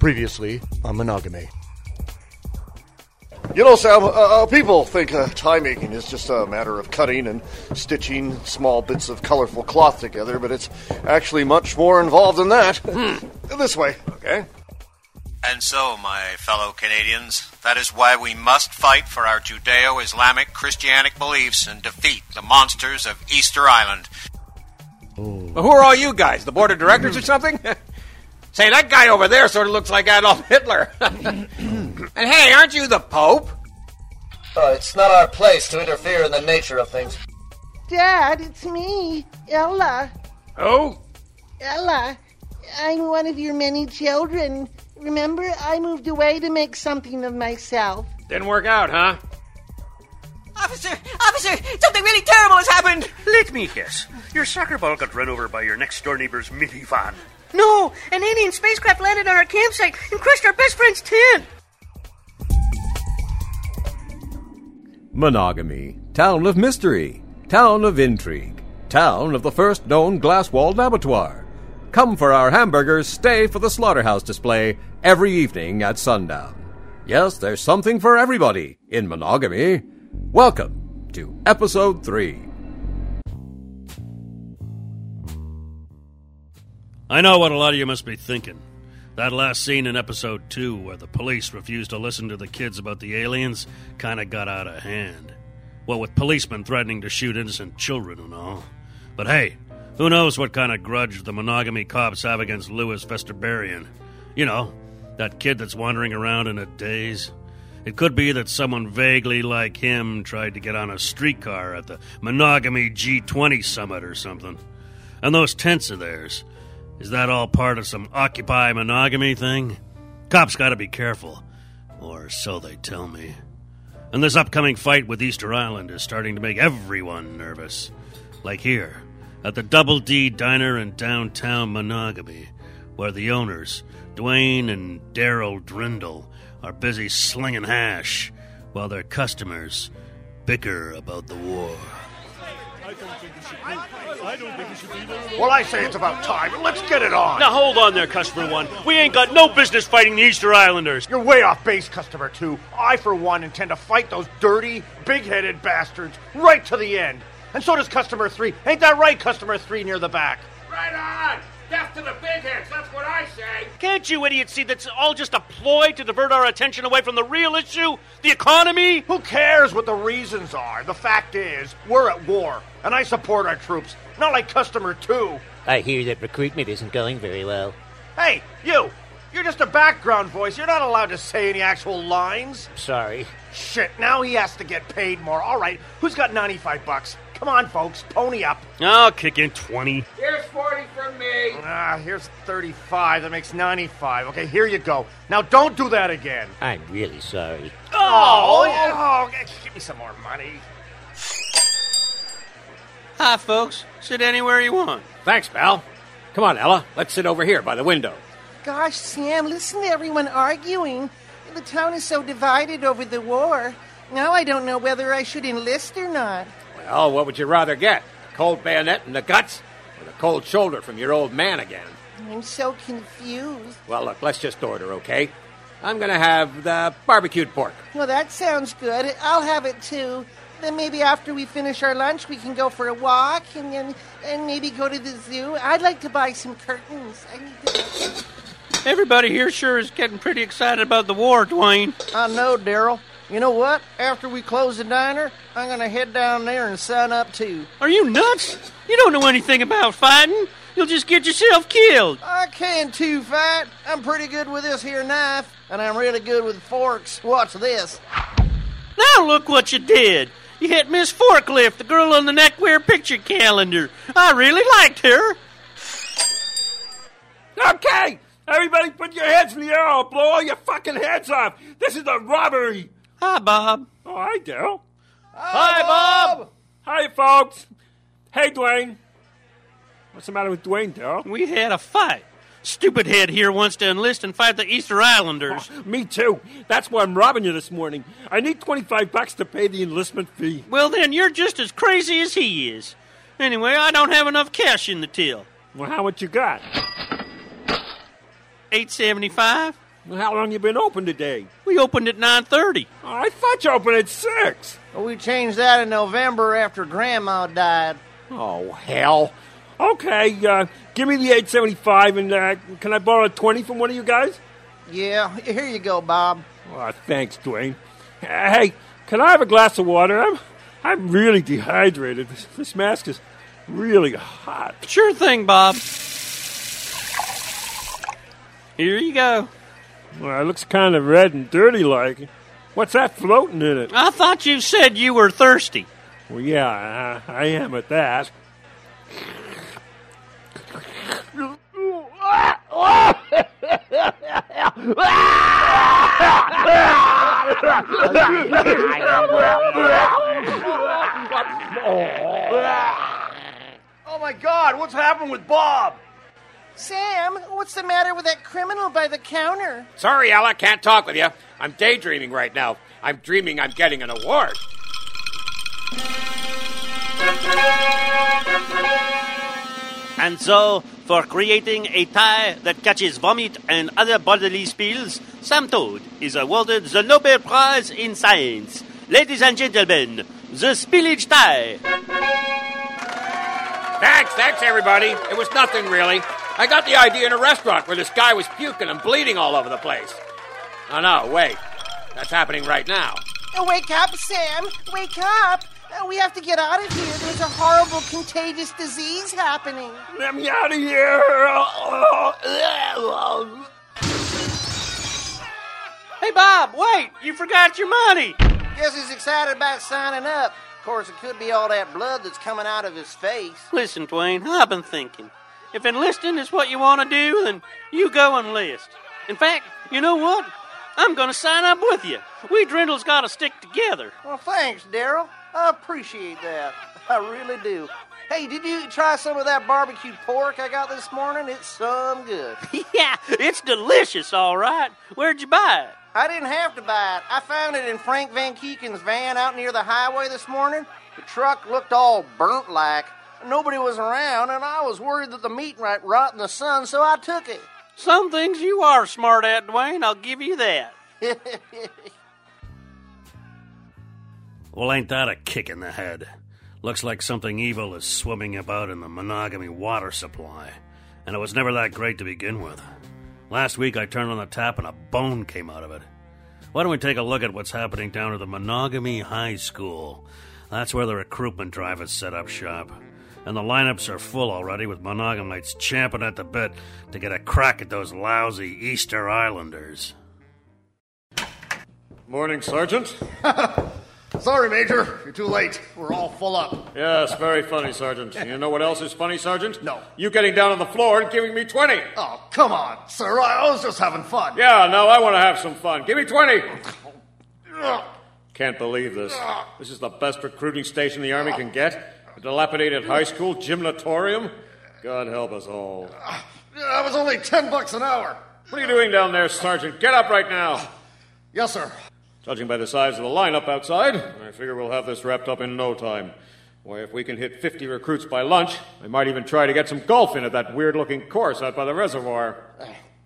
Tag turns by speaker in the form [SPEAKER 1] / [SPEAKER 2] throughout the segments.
[SPEAKER 1] Previously on Monogamy.
[SPEAKER 2] You know, Sam, uh, uh, people think uh, tie making is just a matter of cutting and stitching small bits of colorful cloth together, but it's actually much more involved than that.
[SPEAKER 3] Hmm.
[SPEAKER 2] this way, okay?
[SPEAKER 4] And so, my fellow Canadians, that is why we must fight for our Judeo Islamic Christianic beliefs and defeat the monsters of Easter Island.
[SPEAKER 5] Well, who are all you guys? The board of directors or something? Say, that guy over there sort of looks like Adolf Hitler. and hey, aren't you the Pope?
[SPEAKER 6] Uh, it's not our place to interfere in the nature of things.
[SPEAKER 7] Dad, it's me, Ella.
[SPEAKER 5] Oh,
[SPEAKER 7] Ella, I'm one of your many children. Remember, I moved away to make something of myself.
[SPEAKER 5] didn't work out, huh?
[SPEAKER 8] Officer! Officer! Something really terrible has happened!
[SPEAKER 3] Let me guess. Your soccer ball got run over by your next door neighbor's minivan.
[SPEAKER 8] No! An alien spacecraft landed on our campsite and crushed our best friend's tent!
[SPEAKER 9] Monogamy. Town of mystery. Town of intrigue. Town of the first known glass walled abattoir. Come for our hamburgers, stay for the slaughterhouse display every evening at sundown. Yes, there's something for everybody in monogamy. Welcome to episode 3.
[SPEAKER 10] I know what a lot of you must be thinking. That last scene in episode 2, where the police refused to listen to the kids about the aliens, kinda got out of hand. What with policemen threatening to shoot innocent children and all. But hey, who knows what kind of grudge the monogamy cops have against Lewis Vesterbarian? You know, that kid that's wandering around in a daze. It could be that someone vaguely like him tried to get on a streetcar at the Monogamy G20 Summit or something. And those tents of theirs. Is that all part of some Occupy monogamy thing? Cops gotta be careful. Or so they tell me. And this upcoming fight with Easter Island is starting to make everyone nervous. Like here, at the Double D Diner in downtown Monogamy, where the owners, Dwayne and Daryl Drindle, are busy slinging hash while their customers bicker about the war.
[SPEAKER 2] Well, I say it's about time. Let's get it on.
[SPEAKER 10] Now hold on there, customer one. We ain't got no business fighting the Easter Islanders.
[SPEAKER 11] You're way off base, customer two. I, for one, intend to fight those dirty, big headed bastards right to the end. And so does customer three. Ain't that right, customer three near the back?
[SPEAKER 12] Right on! Death to the big heads, that's what I say!
[SPEAKER 10] Can't you idiots see that's all just a ploy to divert our attention away from the real issue? The economy?
[SPEAKER 11] Who cares what the reasons are? The fact is, we're at war, and I support our troops, not like customer two.
[SPEAKER 13] I hear that recruitment isn't going very well.
[SPEAKER 11] Hey, you! You're just a background voice. You're not allowed to say any actual lines.
[SPEAKER 13] Sorry.
[SPEAKER 11] Shit, now he has to get paid more. All right, who's got 95 bucks? Come on, folks, pony up.
[SPEAKER 10] I'll kick in 20.
[SPEAKER 12] Here's 40 from me!
[SPEAKER 11] Ah, here's 35. That makes 95. Okay, here you go. Now don't do that again.
[SPEAKER 13] I'm really sorry.
[SPEAKER 11] Oh, yeah. oh, give me some more money.
[SPEAKER 5] Hi, folks. Sit anywhere you want. Thanks, pal. Come on, Ella. Let's sit over here by the window.
[SPEAKER 7] Gosh, Sam, listen to everyone arguing. The town is so divided over the war. Now I don't know whether I should enlist or not.
[SPEAKER 5] Well, what would you rather get? A cold bayonet in the guts or the cold shoulder from your old man again?
[SPEAKER 7] I'm so confused.
[SPEAKER 5] Well, look, let's just order, okay? I'm going to have the barbecued pork.
[SPEAKER 7] Well, that sounds good. I'll have it too. Then maybe after we finish our lunch, we can go for a walk and then and maybe go to the zoo. I'd like to buy some curtains. I need to.
[SPEAKER 5] Everybody here sure is getting pretty excited about the war, Dwayne.
[SPEAKER 6] I know, Daryl. You know what? After we close the diner, I'm going to head down there and sign up too.
[SPEAKER 5] Are you nuts? You don't know anything about fighting. You'll just get yourself killed.
[SPEAKER 6] I can too, fight. I'm pretty good with this here knife, and I'm really good with forks. Watch this.
[SPEAKER 5] Now look what you did. You hit Miss Forklift, the girl on the neckwear picture calendar. I really liked her.
[SPEAKER 3] Okay! Everybody put your heads in the air. I'll blow all your fucking heads off. This is a robbery.
[SPEAKER 5] Hi, Bob.
[SPEAKER 3] Oh, hi, Daryl.
[SPEAKER 5] Hi, Bob.
[SPEAKER 3] Hi, folks. Hey, Dwayne. What's the matter with Dwayne, Daryl?
[SPEAKER 5] We had a fight. Stupid head here wants to enlist and fight the Easter Islanders.
[SPEAKER 3] Me too. That's why I'm robbing you this morning. I need 25 bucks to pay the enlistment fee.
[SPEAKER 5] Well, then you're just as crazy as he is. Anyway, I don't have enough cash in the till.
[SPEAKER 3] Well, how much you got?
[SPEAKER 5] Eight seventy-five.
[SPEAKER 3] How long you been open today?
[SPEAKER 10] We opened at 9.30.
[SPEAKER 3] I thought you opened at 6.
[SPEAKER 6] Well, we changed that in November after Grandma died.
[SPEAKER 3] Oh, hell. Okay, uh, give me the 875 and uh, can I borrow a 20 from one of you guys?
[SPEAKER 6] Yeah, here you go, Bob.
[SPEAKER 3] Oh, thanks, Dwayne. Hey, can I have a glass of water? I'm, I'm really dehydrated. This, this mask is really hot.
[SPEAKER 10] Sure thing, Bob. Here you go.
[SPEAKER 3] Well, it looks kind of red and dirty like. What's that floating in it?
[SPEAKER 10] I thought you said you were thirsty.
[SPEAKER 3] Well, yeah, I, I am at that.
[SPEAKER 11] Oh my God, what's happened with Bob?
[SPEAKER 7] Sam, what's the matter with that criminal by the counter?
[SPEAKER 14] Sorry, Ella, can't talk with you. I'm daydreaming right now. I'm dreaming I'm getting an award.
[SPEAKER 15] And so, for creating a tie that catches vomit and other bodily spills, Sam Toad is awarded the Nobel Prize in Science. Ladies and gentlemen, the spillage tie.
[SPEAKER 14] Thanks, thanks, everybody. It was nothing really. I got the idea in a restaurant where this guy was puking and bleeding all over the place. Oh, no, wait. That's happening right now.
[SPEAKER 7] Oh, wake up, Sam! Wake up! Uh, we have to get out of here. There's a horrible contagious disease happening.
[SPEAKER 3] Let me out of here!
[SPEAKER 5] Hey, Bob, wait! You forgot your money!
[SPEAKER 6] Guess he's excited about signing up. Of course, it could be all that blood that's coming out of his face.
[SPEAKER 15] Listen, Dwayne, I've been thinking. If enlisting is what you want to do, then you go enlist. In fact, you know what? I'm going to sign up with you. We Drindles got to stick together.
[SPEAKER 6] Well, thanks, Daryl. I appreciate that. I really do. Hey, did you try some of that barbecue pork I got this morning? It's some good.
[SPEAKER 15] yeah, it's delicious, all right. Where'd you buy it?
[SPEAKER 6] I didn't have to buy it. I found it in Frank Van Keeken's van out near the highway this morning. The truck looked all burnt like. Nobody was around, and I was worried that the meat might rot in the sun, so I took it.
[SPEAKER 15] Some things you are smart at, Dwayne. I'll give you that.
[SPEAKER 10] Well, ain't that a kick in the head? Looks like something evil is swimming about in the monogamy water supply, and it was never that great to begin with. Last week I turned on the tap and a bone came out of it. Why don't we take a look at what's happening down at the Monogamy High School? That's where the recruitment drive is set up shop. And the lineups are full already with monogamites champing at the bit to get a crack at those lousy Easter Islanders.
[SPEAKER 2] Morning, Sergeant. Sorry, Major. You're too late. We're all full up.
[SPEAKER 16] Yes, very funny, Sergeant. You know what else is funny, Sergeant?
[SPEAKER 2] No.
[SPEAKER 16] You getting down on the floor and giving me 20.
[SPEAKER 2] Oh, come on, sir. I was just having fun.
[SPEAKER 16] Yeah, no, I want to have some fun. Give me 20. Can't believe this. This is the best recruiting station the Army can get. A dilapidated high school gymnatorium? God help us all.
[SPEAKER 2] That was only ten bucks an hour.
[SPEAKER 16] What are you doing down there, Sergeant? Get up right now.
[SPEAKER 2] Yes, sir.
[SPEAKER 16] Judging by the size of the lineup outside, I figure we'll have this wrapped up in no time. Why, if we can hit 50 recruits by lunch, I might even try to get some golf in at that weird looking course out by the reservoir.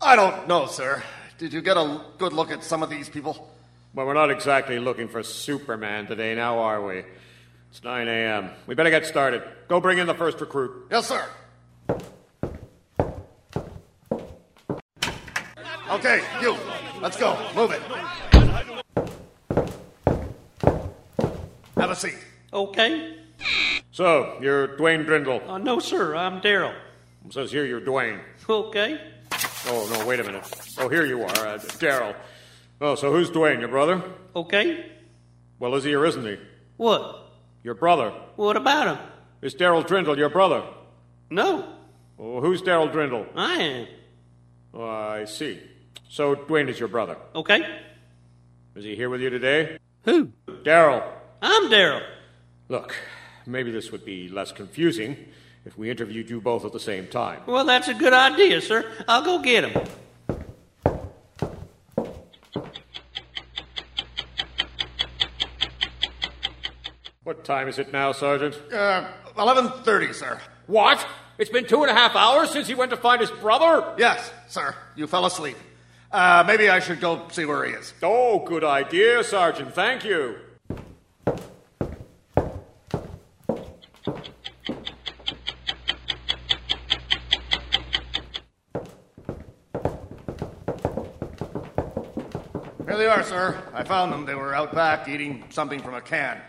[SPEAKER 2] I don't know, sir. Did you get a good look at some of these people?
[SPEAKER 16] But we're not exactly looking for Superman today, now are we? It's 9 a.m. We better get started. Go bring in the first recruit.
[SPEAKER 2] Yes, sir. Okay, you. Let's go. Move it. Have a seat.
[SPEAKER 15] Okay?
[SPEAKER 16] So, you're Dwayne Drindle.
[SPEAKER 15] Uh, no, sir. I'm Daryl.
[SPEAKER 16] It says here you're Dwayne.
[SPEAKER 15] Okay?
[SPEAKER 16] Oh, no, wait a minute. Oh, here you are, uh, Daryl. Oh, so who's Dwayne, your brother?
[SPEAKER 15] Okay?
[SPEAKER 16] Well, is he or isn't he?
[SPEAKER 15] What?
[SPEAKER 16] Your brother.
[SPEAKER 15] What about him?
[SPEAKER 16] Is Daryl Drindle your brother?
[SPEAKER 15] No,
[SPEAKER 16] Oh, who's Daryl Drindle?
[SPEAKER 15] I am.
[SPEAKER 16] Oh, I see. So, Dwayne is your brother.
[SPEAKER 15] Okay?
[SPEAKER 16] Is he here with you today?
[SPEAKER 15] Who?
[SPEAKER 16] Daryl.
[SPEAKER 15] I'm Daryl.
[SPEAKER 16] Look, maybe this would be less confusing if we interviewed you both at the same time.
[SPEAKER 15] Well, that's a good idea, sir. I'll go get him.
[SPEAKER 16] What time is it now, Sergeant?
[SPEAKER 2] Uh, 11.30, sir.
[SPEAKER 14] What? It's been two and a half hours since he went to find his brother?
[SPEAKER 2] Yes, sir. You fell asleep. Uh, maybe I should go see where he is.
[SPEAKER 16] Oh, good idea, Sergeant. Thank you.
[SPEAKER 2] Here they are, sir. I found them. They were out back eating something from a can.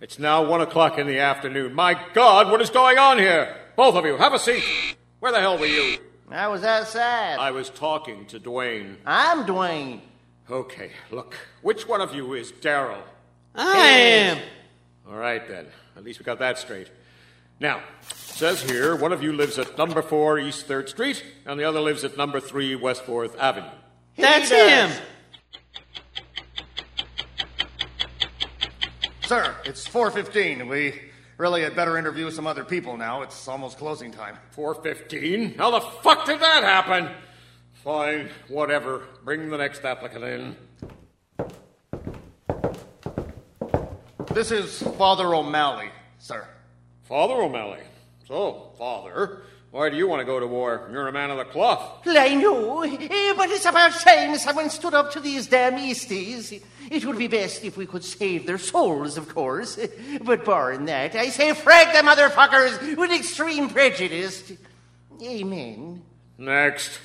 [SPEAKER 16] It's now one o'clock in the afternoon. My God, what is going on here? Both of you, have a seat. Where the hell were you?
[SPEAKER 6] I was outside.
[SPEAKER 16] I was talking to Dwayne.
[SPEAKER 6] I'm Dwayne.
[SPEAKER 16] Okay, look. Which one of you is Daryl?
[SPEAKER 6] I am.
[SPEAKER 16] All right, then. At least we got that straight. Now, it says here one of you lives at number 4 East 3rd Street, and the other lives at number 3 West 4th Avenue.
[SPEAKER 15] That's him.
[SPEAKER 2] Sir, it's 4.15. We really had better interview some other people now. It's almost closing time.
[SPEAKER 16] 4.15? How the fuck did that happen? Fine, whatever. Bring the next applicant in.
[SPEAKER 2] This is Father O'Malley, sir.
[SPEAKER 16] Father O'Malley. So, Father, why do you want to go to war? You're a man of the cloth.
[SPEAKER 7] I know, eh, but it's about time someone stood up to these damn Easties. It would be best if we could save their souls, of course. But barring that, I say frag the motherfuckers with extreme prejudice. Amen.
[SPEAKER 16] Next.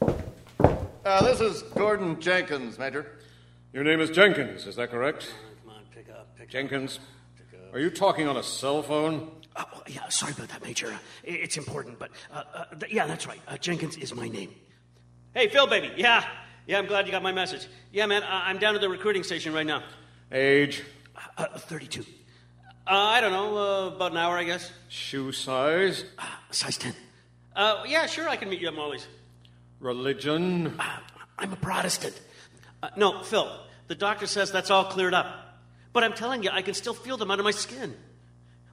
[SPEAKER 2] Uh, this is Gordon Jenkins, Major.
[SPEAKER 16] Your name is Jenkins, is that correct? Jenkins, are you talking on a cell phone?
[SPEAKER 17] Oh, Yeah, sorry about that, Major. Uh, i- It's important, but uh, uh, th- yeah, that's right. Uh, Jenkins is my name.
[SPEAKER 15] Hey, Phil, baby. Yeah. Yeah, I'm glad you got my message. Yeah, man, I- I'm down at the recruiting station right now.
[SPEAKER 16] Age?
[SPEAKER 17] Uh, uh, 32.
[SPEAKER 15] Uh, I don't know, uh, about an hour, I guess.
[SPEAKER 16] Shoe size?
[SPEAKER 17] size 10.
[SPEAKER 15] Uh, yeah, sure, I can meet you at Molly's.
[SPEAKER 16] Religion?
[SPEAKER 17] I'm a Protestant.
[SPEAKER 15] Uh, no, Phil, the doctor says that's all cleared up. But I'm telling you, I can still feel them under my skin.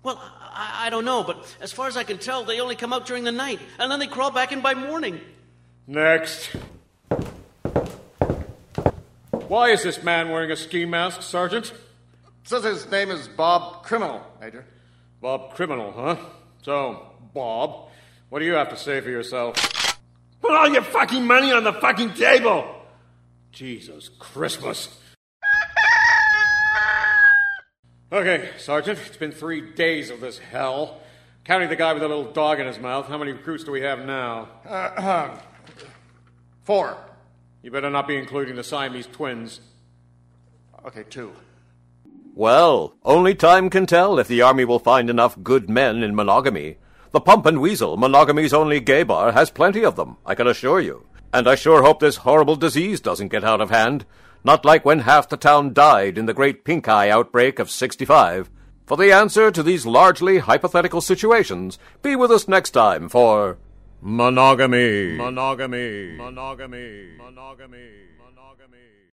[SPEAKER 15] Well, I, I don't know, but as far as I can tell, they only come out during the night, and then they crawl back in by morning.
[SPEAKER 16] Next. Why is this man wearing a ski mask, Sergeant?
[SPEAKER 2] Says his name is Bob Criminal, Major.
[SPEAKER 16] Bob Criminal, huh? So, Bob, what do you have to say for yourself?
[SPEAKER 3] Put all your fucking money on the fucking table.
[SPEAKER 16] Jesus Christmas. Okay, Sergeant, it's been three days of this hell. Counting the guy with the little dog in his mouth, how many recruits do we have now?
[SPEAKER 2] Uh, four.
[SPEAKER 16] You better not be including the Siamese twins.
[SPEAKER 2] Okay, two.
[SPEAKER 9] Well, only time can tell if the Army will find enough good men in monogamy. The Pump and Weasel, monogamy's only gay bar, has plenty of them, I can assure you. And I sure hope this horrible disease doesn't get out of hand. Not like when half the town died in the great pink eye outbreak of 65. For the answer to these largely hypothetical situations, be with us next time for Monogamy.
[SPEAKER 16] Monogamy. Monogamy. Monogamy. Monogamy.